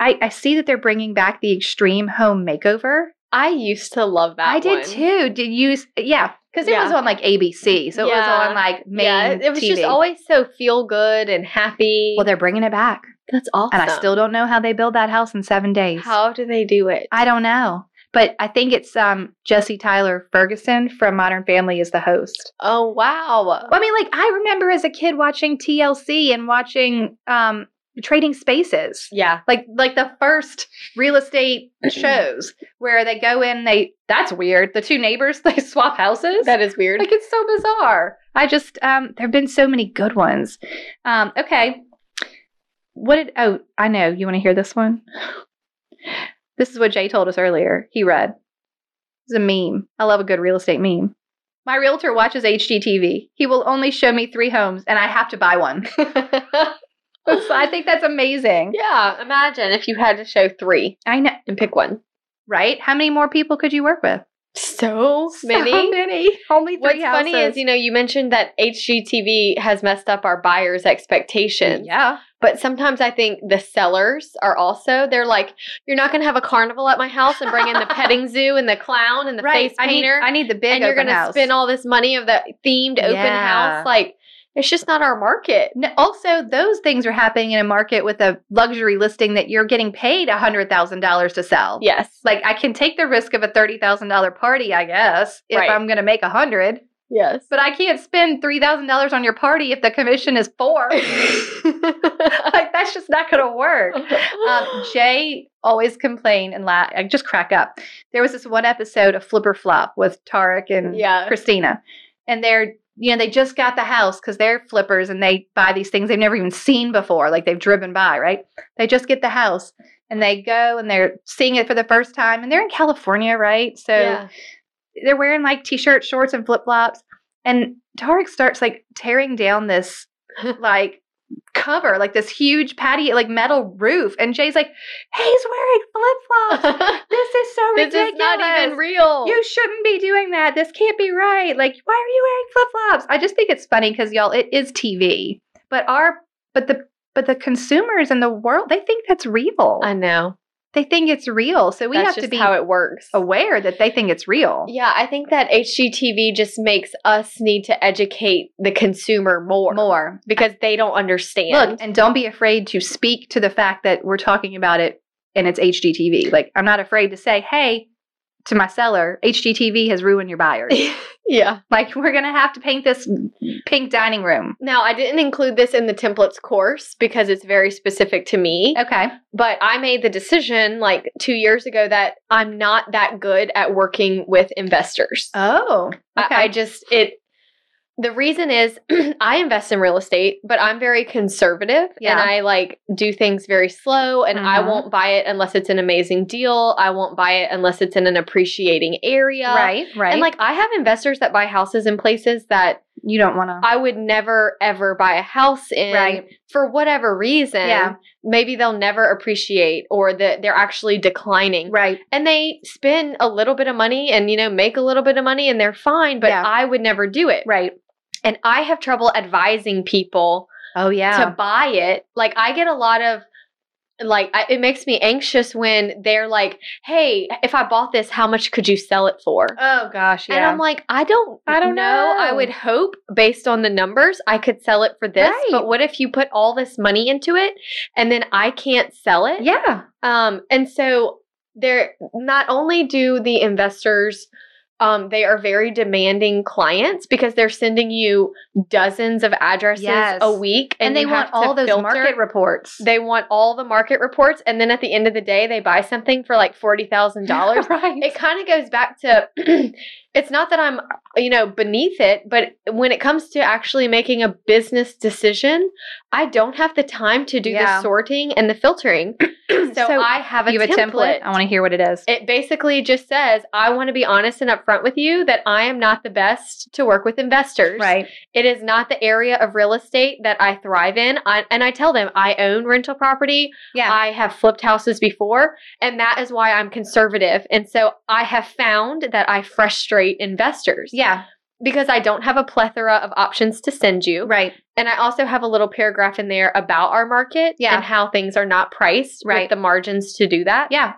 Speaker 3: I, I see that they're bringing back the extreme home makeover.
Speaker 2: I used to love that.
Speaker 3: I did
Speaker 2: one.
Speaker 3: too. Did you? s- Yeah, because it
Speaker 2: Yeah.
Speaker 3: was on like ABC, so it was
Speaker 2: Yeah.
Speaker 3: on like main
Speaker 2: yeah, it- it was just
Speaker 3: TV.
Speaker 2: always so feel good and happy.
Speaker 3: well, they're bringing it back,
Speaker 2: that's awesome.
Speaker 3: and I still don't know how they build that house in seven days.
Speaker 2: How do they do it?
Speaker 3: I don't know, but I think it's um, Jesse Tyler Ferguson from Modern Family is the host.
Speaker 2: oh wow!
Speaker 3: Well, I mean, like I remember as a kid watching TLC and watching um Trading Spaces.
Speaker 2: Yeah,
Speaker 3: Like like the first real estate shows where they go in, they that's weird. The two neighbors they swap houses.
Speaker 2: that is weird.
Speaker 3: like it's so bizarre. I just um there have been so many good ones. Um okay. What did oh, I know, you want to hear this one? This is what Jay told us earlier. He read. It's a meme. I love a good real estate meme. My realtor watches HGTV. He will only show me three homes and I have to buy one. So I think that's amazing.
Speaker 2: yeah, imagine if you had to show three
Speaker 3: I know,
Speaker 2: and pick one.
Speaker 3: right? How many more people could you work with?
Speaker 2: So many.
Speaker 3: So many. Only three
Speaker 2: What's funny is
Speaker 3: houses.
Speaker 2: you know you mentioned that HGTV has messed up our buyers' expectations.
Speaker 3: Yeah.
Speaker 2: But sometimes I think the sellers are also they're like, you're not going to have a carnival at my house and bring in the petting zoo and the clown and the face
Speaker 3: I need,
Speaker 2: painter.
Speaker 3: I need the big
Speaker 2: and you're
Speaker 3: open
Speaker 2: gonna
Speaker 3: house.
Speaker 2: spend all this money of the themed open
Speaker 3: Yeah.
Speaker 2: house like It's just not our market.
Speaker 3: No, also, those things are happening in a market with a luxury listing that you're getting paid $100,000 to sell.
Speaker 2: Yes.
Speaker 3: Like, I can take the risk of a $30,000 party, I guess, if
Speaker 2: Right.
Speaker 3: I'm going to make 100
Speaker 2: Yes.
Speaker 3: but I can't spend $3,000 on your party if the commission is four. like, that's just not going to work. Um, Jay always complained and laugh. I just crack up. There was this one episode of Flipper Flop with Tarek and
Speaker 2: yeah.
Speaker 3: Christina, and they're you know they just got the house because they're flippers and they buy these things they've never even seen before. Like they've driven by, right? They just get the house and they go and they're seeing it for the first time, and they're in California, right? So
Speaker 2: Yeah.
Speaker 3: they're wearing like t-shirts, shorts, and flip-flops. And Tarek starts like tearing down this like cover, like this huge patio, like metal roof. And Jay's like, hey, he's wearing flip-flops. This is so
Speaker 2: this
Speaker 3: ridiculous.
Speaker 2: is not even real.
Speaker 3: you shouldn't be doing that. This can't be right. Like, why are you wearing flip-flops? I just think it's funny because y'all, it is TV. But our but the but the consumers in the world, they think that's real.
Speaker 2: I know.
Speaker 3: they think it's real. So we
Speaker 2: That's
Speaker 3: have to
Speaker 2: just
Speaker 3: be
Speaker 2: how it works.
Speaker 3: aware that they think it's real.
Speaker 2: Yeah, I think that HGTV just makes us need to educate the consumer more,
Speaker 3: More.
Speaker 2: because they don't understand.
Speaker 3: Look, and don't be afraid to speak to the fact that we're talking about it and it's HGTV. Like, I'm not afraid to say, hey, to my seller, HGTV has ruined your buyers.
Speaker 2: yeah.
Speaker 3: like, we're going to have to paint this pink dining room.
Speaker 2: Now, I didn't include this in the templates course because it's very specific to me,
Speaker 3: Okay.
Speaker 2: but I made the decision like 2 years ago that I'm not that good at working with investors.
Speaker 3: Oh.
Speaker 2: I-
Speaker 3: Okay.
Speaker 2: I, just it the reason is I invest in real estate, but I'm very conservative and
Speaker 3: Yeah.
Speaker 2: I like do things very slow and I
Speaker 3: Mhm.
Speaker 2: won't buy it unless it's an amazing deal. I won't buy it unless it's in an appreciating area.
Speaker 3: right. Right.
Speaker 2: uh, And like I have investors that buy houses in places that
Speaker 3: you don't want to.
Speaker 2: I would never ever buy a house in
Speaker 3: Right.
Speaker 2: for whatever reason.
Speaker 3: Yeah.
Speaker 2: Maybe they'll never appreciate or that they're actually declining
Speaker 3: Right.
Speaker 2: and they spend a little bit of money and you know make a little bit of money and they're fine but
Speaker 3: Yeah.
Speaker 2: i would never do it
Speaker 3: Right.
Speaker 2: and i have trouble advising people
Speaker 3: Oh, yeah.
Speaker 2: to buy it like i get a lot of like I, it makes me anxious when they're like hey if i bought this how much could you sell it for
Speaker 3: oh, gosh.
Speaker 2: and i'm like i don't i don't know. i
Speaker 3: know.
Speaker 2: would hope based on the numbers i could sell it for this
Speaker 3: Right.
Speaker 2: but what if you put all this money into it and then i can't sell it
Speaker 3: yeah.
Speaker 2: um, and so they're not only do the investors um, they are very demanding clients because they're sending you dozens of addresses
Speaker 3: Yes.
Speaker 2: a week
Speaker 3: And, they
Speaker 2: you
Speaker 3: want
Speaker 2: have to
Speaker 3: all those
Speaker 2: filter.
Speaker 3: market reports.
Speaker 2: they want all the market reports and then at the end of the day they buy something for like $40,000
Speaker 3: right.
Speaker 2: it kind of goes back to it's not that I'm, you know, beneath it, but when it comes to actually making a business decision, I don't have the time to do
Speaker 3: Yeah.
Speaker 2: the sorting and the filtering. so,
Speaker 3: So
Speaker 2: I have a,
Speaker 3: you have a template. I want to hear what it is.
Speaker 2: it basically just says, I want to be honest and upfront with you that I am not the best to work with investors.
Speaker 3: Right.
Speaker 2: It is not the area of real estate that I thrive in. I, and I tell them I own rental property.
Speaker 3: Yeah.
Speaker 2: I have flipped houses before, and that is why I'm conservative. And so I have found that I frustrate investors
Speaker 3: yeah.
Speaker 2: because I don't have a plethora of options to send you.
Speaker 3: Right.
Speaker 2: And I also have a little paragraph in there about our market
Speaker 3: Yeah.
Speaker 2: and how things are not priced
Speaker 3: Right.
Speaker 2: with the margins to do that.
Speaker 3: Yeah.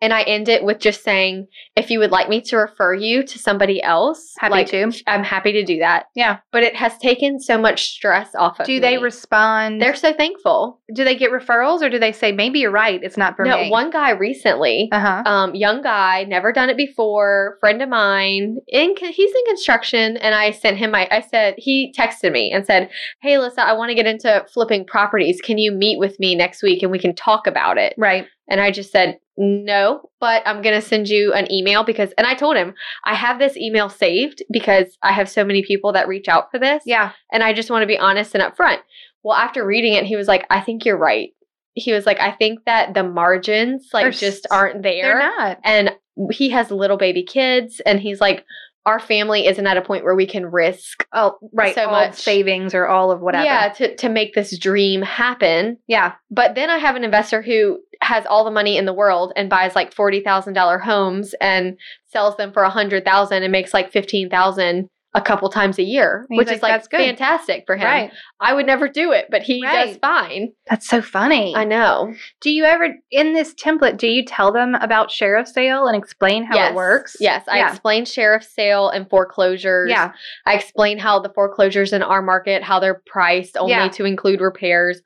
Speaker 2: And I end it with just saying, if you would like me to refer you to somebody else,
Speaker 3: Happy
Speaker 2: like,
Speaker 3: to.
Speaker 2: I'm happy to do that.
Speaker 3: Yeah.
Speaker 2: But it has taken so much stress off of
Speaker 3: Do they
Speaker 2: me.
Speaker 3: respond?
Speaker 2: They're so thankful.
Speaker 3: do they get referrals or do they say maybe you're right it's not for
Speaker 2: no,
Speaker 3: me
Speaker 2: one guy recently,
Speaker 3: uh-huh
Speaker 2: um, young guy, never done it before, friend of mine. In con- he's in construction, and I sent him. My, I said he texted me and said, "Hey, Alyssa, I want to get into flipping properties. Can you meet with me next week and we can talk about it?"
Speaker 3: right
Speaker 2: And I just said, "No, but I'm gonna send you an email because." And I told him I have this email saved because I have so many people that reach out for this
Speaker 3: yeah
Speaker 2: and I just want to be honest and upfront. Well, after reading it, he was like, I think you're right. He was like, I think that the margins like
Speaker 3: They're s-
Speaker 2: just aren't
Speaker 3: they're
Speaker 2: there.
Speaker 3: not
Speaker 2: and he has little baby kids, and he's like, our family isn't at a point where we can risk
Speaker 3: oh right
Speaker 2: so
Speaker 3: all
Speaker 2: much.
Speaker 3: savings or all of whatever
Speaker 2: yeah to, to make this dream happen.
Speaker 3: yeah
Speaker 2: But then I have an investor who has all the money in the world and buys like forty thousand dollar homes and sells them for a hundred thousand and makes like fifteen thousand a couple times a year,
Speaker 3: He's
Speaker 2: which
Speaker 3: like,
Speaker 2: is like
Speaker 3: "That's good."
Speaker 2: fantastic for him.
Speaker 3: Right.
Speaker 2: I would never do it, but he does
Speaker 3: Right.
Speaker 2: fine.
Speaker 3: That's so funny.
Speaker 2: I know.
Speaker 3: Do you ever in this template? Do you tell them about sheriff's sale and explain how
Speaker 2: yes.
Speaker 3: it works?
Speaker 2: Yes. I
Speaker 3: Yeah.
Speaker 2: explain sheriff's sale and foreclosures.
Speaker 3: Yeah.
Speaker 2: I explain how the foreclosures in our market, how they're priced only
Speaker 3: Yeah.
Speaker 2: to include repairs.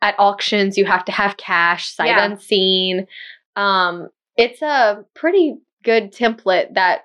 Speaker 2: At auctions, you have to have cash, sight
Speaker 3: Yeah.
Speaker 2: unseen. Um, it's a pretty good template that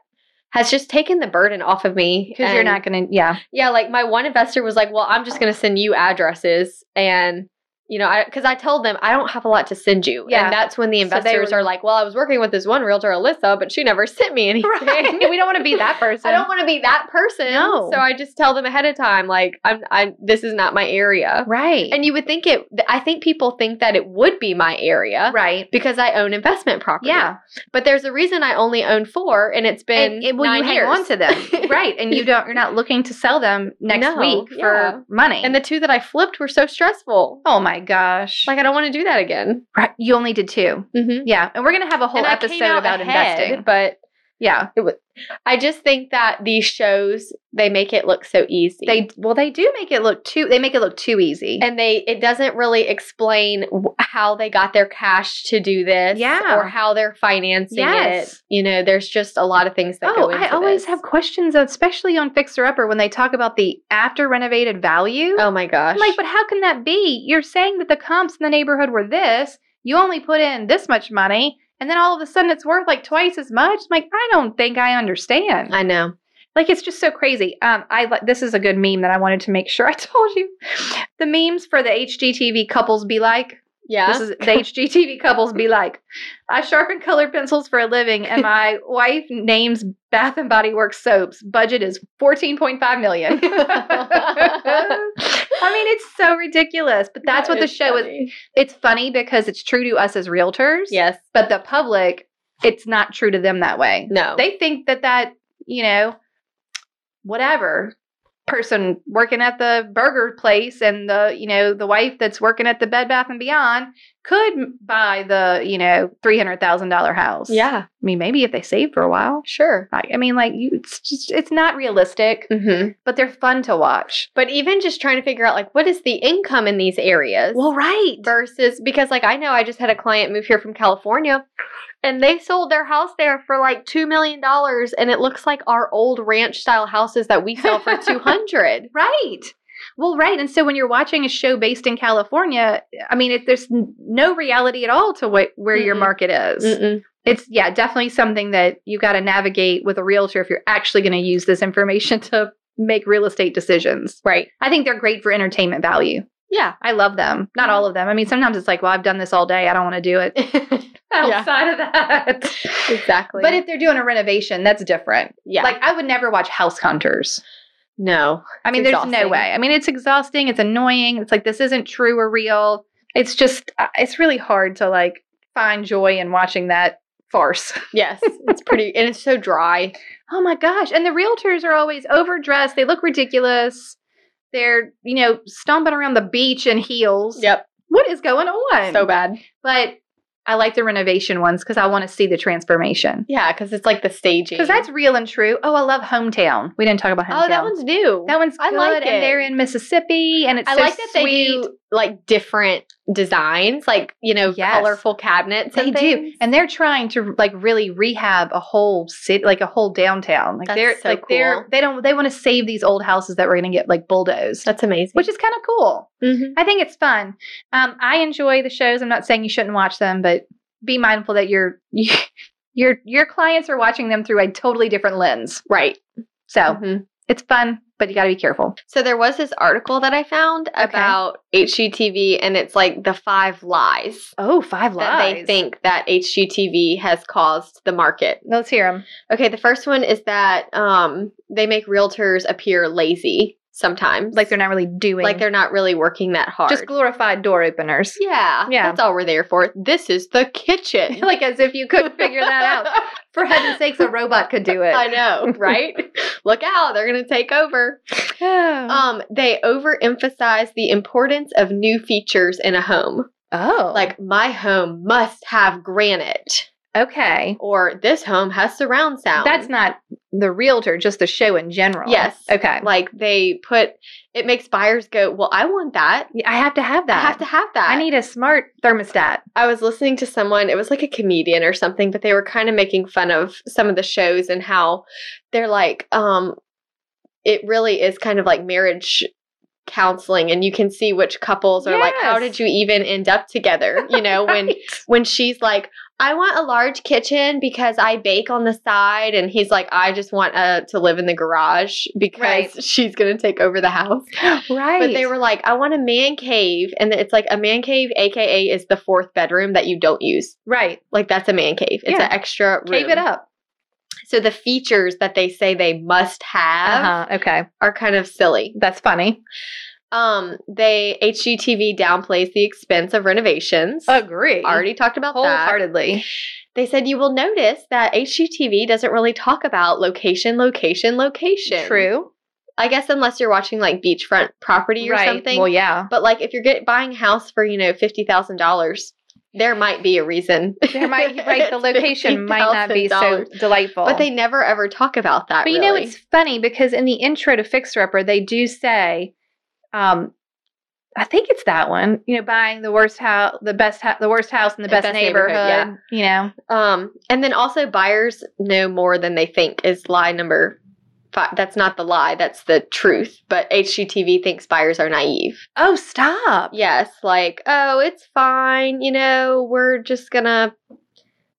Speaker 2: has just taken the burden off of me.
Speaker 3: Because you're
Speaker 2: and-
Speaker 3: not gonna. Yeah.
Speaker 2: Yeah, like my one investor was like, "Well, I'm just going to send you addresses and you know, I because I told them I don't have a lot to send you,
Speaker 3: Yeah.
Speaker 2: and that's when the
Speaker 3: So they
Speaker 2: investors
Speaker 3: were-
Speaker 2: are like, "Well, I was working with this one realtor, Alyssa, but she never sent me anything.
Speaker 3: we don't want to be that person.
Speaker 2: I don't want to be that person."
Speaker 3: No.
Speaker 2: So I just tell them ahead of time, like, "I'm, I this is not my area."
Speaker 3: Right.
Speaker 2: And you would think it. I think people think that it would be my area
Speaker 3: right.
Speaker 2: because I own investment property.
Speaker 3: Yeah.
Speaker 2: but there's a reason I only own four, and it's been
Speaker 3: And it, well,
Speaker 2: nine
Speaker 3: you hang
Speaker 2: years.
Speaker 3: on to them. right. And you don't. You're not looking to sell them next
Speaker 2: No,
Speaker 3: week for
Speaker 2: yeah.
Speaker 3: money.
Speaker 2: And the two that I flipped were so stressful.
Speaker 3: oh my gosh.
Speaker 2: Like I don't want to do that again.
Speaker 3: right. You only did two.
Speaker 2: Mm-hmm.
Speaker 3: Yeah. And we're gonna have a whole
Speaker 2: Whole
Speaker 3: episode about investing.
Speaker 2: but
Speaker 3: Yeah.
Speaker 2: I just think that these shows they make it look so easy.
Speaker 3: They well, they do make it look too. They make it look too easy.
Speaker 2: and they it doesn't really explain wh- how they got their cash to do this,
Speaker 3: Yeah.
Speaker 2: or how they're financing
Speaker 3: Yes.
Speaker 2: it. You know, there's just a lot of things that go
Speaker 3: Oh,
Speaker 2: into
Speaker 3: I always
Speaker 2: this.
Speaker 3: have questions, especially on Fixer Upper, when they talk about the after renovated value.
Speaker 2: Oh my gosh!
Speaker 3: I'm like, but how can that be? You're saying that the comps in the neighborhood were this, you only put in this much money, and then all of a sudden it's worth like twice as much. I'm like, I don't think I understand.
Speaker 2: I know.
Speaker 3: Like it's just so crazy. Um, I li- this is a good meme that I wanted to make sure I told you. The memes for the HGTV couples be like.
Speaker 2: Yeah.
Speaker 3: This is the HGTV couples be like. I sharpen colored pencils for a living, and my wife names Bath and Body Works soaps. Budget is fourteen point five million. I mean, it's so ridiculous, but that's what the show is. It's funny because it's true to us as realtors,
Speaker 2: Yes.
Speaker 3: but the public, it's not true to them that way.
Speaker 2: No.
Speaker 3: They think that that, you know, whatever person working at the burger place and the, you know, the wife that's working at the Bed Bath and Beyond could m- buy the, you know, $300,000 house.
Speaker 2: yeah.
Speaker 3: I mean, maybe if they save for a while.
Speaker 2: Sure.
Speaker 3: I, I mean, like, you, it's just, it's not realistic,
Speaker 2: Mm-hmm.
Speaker 3: but they're fun to watch.
Speaker 2: But even just trying to figure out like what is the income in these areas
Speaker 3: right.
Speaker 2: versus because like I know I just had a client move here from California and they sold their house there for like 2 million dollars and it looks like our old ranch style houses that we sell for 200.
Speaker 3: Right. Well, right. And so when you're watching a show based in California, I mean, it, there's n- no reality at all to what, where your
Speaker 2: Mm-mm.
Speaker 3: market is.
Speaker 2: Mm-mm.
Speaker 3: It's, yeah, definitely something that you got to navigate with a realtor if you're actually going to use this information to make real estate decisions.
Speaker 2: Right.
Speaker 3: I think they're great for entertainment value.
Speaker 2: Yeah.
Speaker 3: I love them. Not all of them. I mean, sometimes it's like, well, I've done this all day. I don't want to do it outside of that.
Speaker 2: exactly.
Speaker 3: but if they're doing a renovation, that's different.
Speaker 2: yeah.
Speaker 3: Like, I would never watch House Hunters.
Speaker 2: no.
Speaker 3: I mean,
Speaker 2: It's
Speaker 3: there's no
Speaker 2: exhausting.
Speaker 3: way. I mean, it's exhausting. It's annoying. It's like this isn't true or real. It's just, uh, it's really hard to like find joy in watching that farce.
Speaker 2: Yes. It's pretty and it's so dry.
Speaker 3: Oh my gosh! And the realtors are always overdressed. They look ridiculous. They're you know stomping around the beach in heels.
Speaker 2: Yep.
Speaker 3: What is going on?
Speaker 2: So bad.
Speaker 3: but I like the renovation ones because I want to see the transformation
Speaker 2: Yeah, cuz it's like the staging.
Speaker 3: because that's real and true. Oh, I love hometown. We didn't talk about hometown.
Speaker 2: Oh, that one's new.
Speaker 3: That one's
Speaker 2: I
Speaker 3: good,
Speaker 2: like
Speaker 3: and
Speaker 2: it.
Speaker 3: they're in Mississippi, and it's
Speaker 2: I
Speaker 3: so
Speaker 2: like that
Speaker 3: sweet.
Speaker 2: they do like different designs, like you know,
Speaker 3: Yes.
Speaker 2: colorful cabinets.
Speaker 3: They
Speaker 2: and
Speaker 3: do,
Speaker 2: things.
Speaker 3: and they're trying to like really rehab a whole city, like a whole downtown. Like
Speaker 2: That's
Speaker 3: they're
Speaker 2: so
Speaker 3: like they're
Speaker 2: cool.
Speaker 3: they don't they want to save these old houses that were going to get like bulldozed,
Speaker 2: That's amazing. Mm-hmm.
Speaker 3: which is kind of cool. I think it's fun. Um, I enjoy the shows. I'm not saying you shouldn't watch them, but be mindful that your your your clients are watching them through a totally different lens.
Speaker 2: right.
Speaker 3: So
Speaker 2: Mhm.
Speaker 3: it's fun, but you got to be careful.
Speaker 2: So there was this article that I found about HGTV, and it's like the five lies
Speaker 3: Oh, five
Speaker 2: that they think that HGTV has caused the market.
Speaker 3: Let's hear them.
Speaker 2: Okay, the first one is that um, they make realtors appear lazy sometimes,
Speaker 3: Like they're not really doing.
Speaker 2: like they're not really working that hard.
Speaker 3: just glorified door openers.
Speaker 2: yeah,
Speaker 3: Yeah.
Speaker 2: That's all we're there for. This is the kitchen.
Speaker 3: like as if you couldn't figure that out. For heaven's sakes, a robot could do it.
Speaker 2: I know, right? Look out, they're going to take over.
Speaker 3: Uh-huh.
Speaker 2: Um, they overemphasize the importance of new features in a home.
Speaker 3: oh,
Speaker 2: Like, my home must have granite.
Speaker 3: Okay.
Speaker 2: Or this home has surround sound.
Speaker 3: That's not the realtor, just the show in general.
Speaker 2: Yes.
Speaker 3: Okay.
Speaker 2: like they put it makes buyers go, Well, I want that.
Speaker 3: Yeah, I have to have
Speaker 2: I
Speaker 3: that.
Speaker 2: have to have that.
Speaker 3: I need a smart thermostat.
Speaker 2: I was listening to someone, it was like a comedian or something, but they were kind of making fun of some of the shows and how they're like, um, it really is kind of like marriage counseling and you can see which couples are like how
Speaker 3: Yes.
Speaker 2: did you even end up together you know when when she's like i want a large kitchen because i bake on the side and he's like i just want uh, to live in the garage because
Speaker 3: Right.
Speaker 2: she's gonna take over the house
Speaker 3: Right.
Speaker 2: but they were like, I want a man cave. And it's like a man cave, AKA, is the fourth bedroom that you don't use.
Speaker 3: right.
Speaker 2: Like, that's a man cave. It's
Speaker 3: Yeah.
Speaker 2: an extra room.
Speaker 3: Cave it up.
Speaker 2: So the features that they say they must have
Speaker 3: Uh-huh. Okay.
Speaker 2: are kind of silly.
Speaker 3: That's funny.
Speaker 2: Um, they, HGTV downplays the expense of renovations.
Speaker 3: Agree.
Speaker 2: Already talked about that.
Speaker 3: wholeheartedly.
Speaker 2: They said you will notice that HGTV doesn't really talk about location, location, location.
Speaker 3: True.
Speaker 2: I guess unless you're watching like beachfront property or something.
Speaker 3: Well, yeah.
Speaker 2: But like if you're get, buying a house for, you know, $50,000, there might be a reason.
Speaker 3: There might right the
Speaker 2: It's
Speaker 3: location might not be so
Speaker 2: $50,000.
Speaker 3: delightful.
Speaker 2: But they never ever talk about that.
Speaker 3: But you know
Speaker 2: really.
Speaker 3: it's funny because in the intro to Fixer Upper they do say um I think it's that one. You know, buying the worst house, the best, hou- the worst house in the
Speaker 2: The
Speaker 3: best,
Speaker 2: best neighborhood,
Speaker 3: neighborhood. You know,
Speaker 2: um and then also buyers know more than they think is lie number 5. That's not the lie, that's the truth. But HGTV thinks buyers are naive.
Speaker 3: oh stop,
Speaker 2: Yes, like, oh, it's fine, you know, we're just going to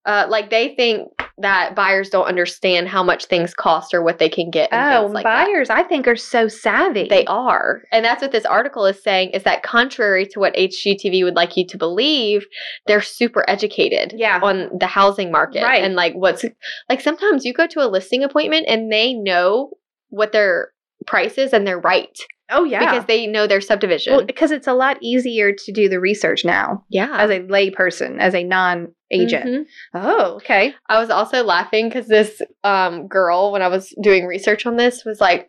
Speaker 2: uh, like they think that buyers don't understand how much things cost or what they can get. And
Speaker 3: oh
Speaker 2: things like that.
Speaker 3: buyers, I think are so savvy.
Speaker 2: They are. And that's what this article is saying is that contrary to what HGTV would like you to believe, they're super educated
Speaker 3: yeah,
Speaker 2: on the housing market
Speaker 3: Right.
Speaker 2: and like what's like sometimes you go to a listing appointment and they know what their price is and they're right
Speaker 3: oh yeah,
Speaker 2: because they know their subdivision.
Speaker 3: Well, because it's a lot easier to do the research now
Speaker 2: yeah.
Speaker 3: as a layperson, as a non agent.
Speaker 2: Mhm.
Speaker 3: Oh, okay.
Speaker 2: I was also laughing because this um, girl, when I was doing research on this, was like,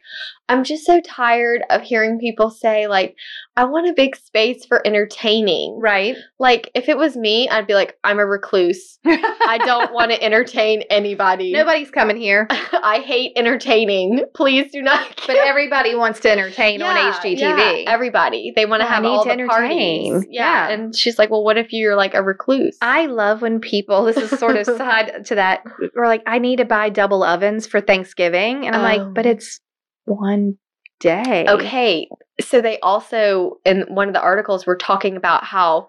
Speaker 2: I'm just so tired of hearing people say, like, I want a big space for entertaining.
Speaker 3: Right.
Speaker 2: Like, if it was me, I'd be like, I'm a recluse. I don't want to entertain anybody.
Speaker 3: Nobody's coming here,
Speaker 2: I hate entertaining. Please do not.
Speaker 3: but everybody wants to entertain on HGTV.
Speaker 2: everybody. They want to
Speaker 3: Well, I
Speaker 2: have
Speaker 3: need
Speaker 2: all
Speaker 3: to
Speaker 2: the
Speaker 3: entertain.
Speaker 2: parties. Yeah.
Speaker 3: Yeah.
Speaker 2: And she's like, well, what if you're like a recluse?
Speaker 3: I love when people, this is sort of side to that, or like, I need to buy double ovens for Thanksgiving. And I'm
Speaker 2: Oh.
Speaker 3: like, but it's one day.
Speaker 2: Okay. So they also in one of the articles were talking about how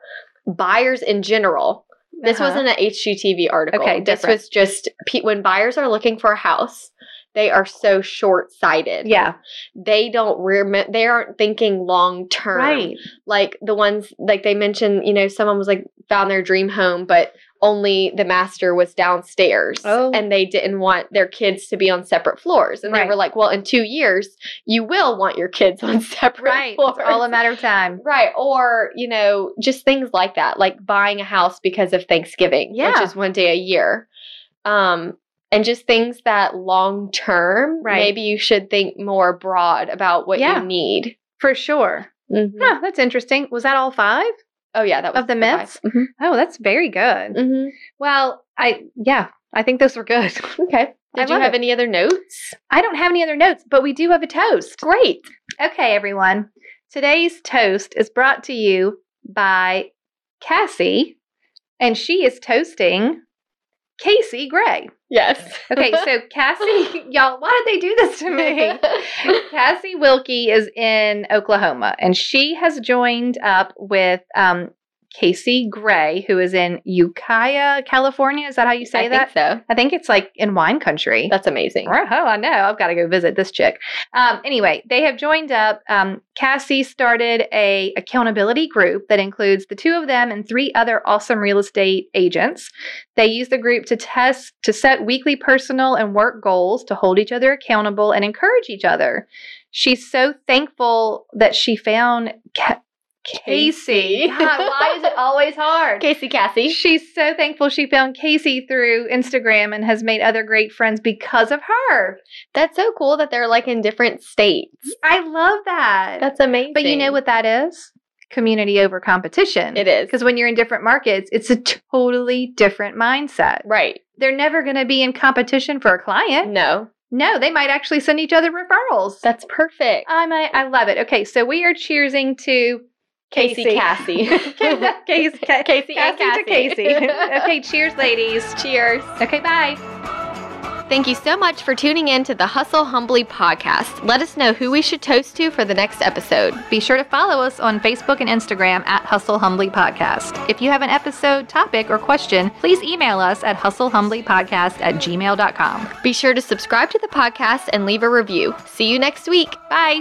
Speaker 2: buyers in general. This
Speaker 3: Uh-huh.
Speaker 2: wasn't an HGTV article.
Speaker 3: Okay,
Speaker 2: this
Speaker 3: different.
Speaker 2: was just pe- when buyers are looking for a house, they are so short-sighted.
Speaker 3: Yeah.
Speaker 2: They don't rem- they aren't thinking long term.
Speaker 3: Right.
Speaker 2: Like the ones like they mentioned, you know, someone was like found their dream home but only the master was downstairs
Speaker 3: Oh.
Speaker 2: and they didn't want their kids to be on separate floors. And they
Speaker 3: Right.
Speaker 2: were like, well, in 2 years you will want your kids on separate
Speaker 3: Right.
Speaker 2: floors.
Speaker 3: It's all a matter of time.
Speaker 2: Right. Or, you know, just things like that, like buying a house because of Thanksgiving,
Speaker 3: Yeah.
Speaker 2: which is one day a year. Um, and just things that long term,
Speaker 3: Right.
Speaker 2: maybe you should think more broad about what
Speaker 3: Yeah.
Speaker 2: you need. Mm-hmm.
Speaker 3: For sure. Huh, that's interesting. Was that all five?
Speaker 2: Oh, yeah. That was
Speaker 3: Of the
Speaker 2: buy.
Speaker 3: myths?
Speaker 2: Mhm.
Speaker 3: Oh, that's very good.
Speaker 2: Mhm.
Speaker 3: Well, I, yeah, I think those were good.
Speaker 2: Okay.
Speaker 3: I
Speaker 2: Did you
Speaker 3: love
Speaker 2: have
Speaker 3: it.
Speaker 2: any other notes?
Speaker 3: I don't have any other notes, but we do have a toast.
Speaker 2: Great.
Speaker 3: Okay, everyone. Today's toast is brought to you by Cassie, and she is toasting Casey Gray.
Speaker 2: Yes.
Speaker 3: Okay, so Cassie, y'all, why did they do this to me? Cassie Wilkie is in Oklahoma, and she has joined up with um, Casey Gray, who is in Ukiah, California. Is that how you say
Speaker 2: I
Speaker 3: that?
Speaker 2: think so.
Speaker 3: I think it's like in wine country.
Speaker 2: That's amazing.
Speaker 3: Oh, I know. I've got to go visit this chick. Um, anyway, they have joined up. Um, Cassie started a accountability group that includes the two of them and three other awesome real estate agents. They use the group to test to set weekly personal and work goals to hold each other accountable and encourage each other. She's so thankful that she found Ca- Casey.
Speaker 2: Casey.
Speaker 3: God, why is it always hard?
Speaker 2: Casey Cassie.
Speaker 3: She's so thankful she found Casey through Instagram and has made other great friends because of her.
Speaker 2: That's so cool that they're like in different states.
Speaker 3: I love that.
Speaker 2: That's amazing.
Speaker 3: but you know what that is? community over competition.
Speaker 2: It is.
Speaker 3: Because when you're in different markets, it's a totally different mindset.
Speaker 2: Right.
Speaker 3: They're never going to be in competition for a client.
Speaker 2: No.
Speaker 3: No, they might actually send each other referrals.
Speaker 2: Mm. That's perfect.
Speaker 3: I'm a, I love it. Okay, so we are cheersing to
Speaker 2: Casey,
Speaker 3: Casey.
Speaker 2: Cassie.
Speaker 3: Casey, Casey, Casey,
Speaker 2: Casey and
Speaker 3: to Casey. okay, cheers, ladies.
Speaker 2: Cheers.
Speaker 3: Okay, bye.
Speaker 2: Thank you so much for tuning in to the Hustle Humbly podcast. Let us know who we should toast to for the next episode.
Speaker 3: Be sure to follow us on Facebook and Instagram at Hustle Humbly Podcast. If you have an episode, topic, or question, please email us at hustlehumblypodcast at gmail.com.
Speaker 2: Be sure to subscribe to the podcast and leave a review. See you next week. Bye.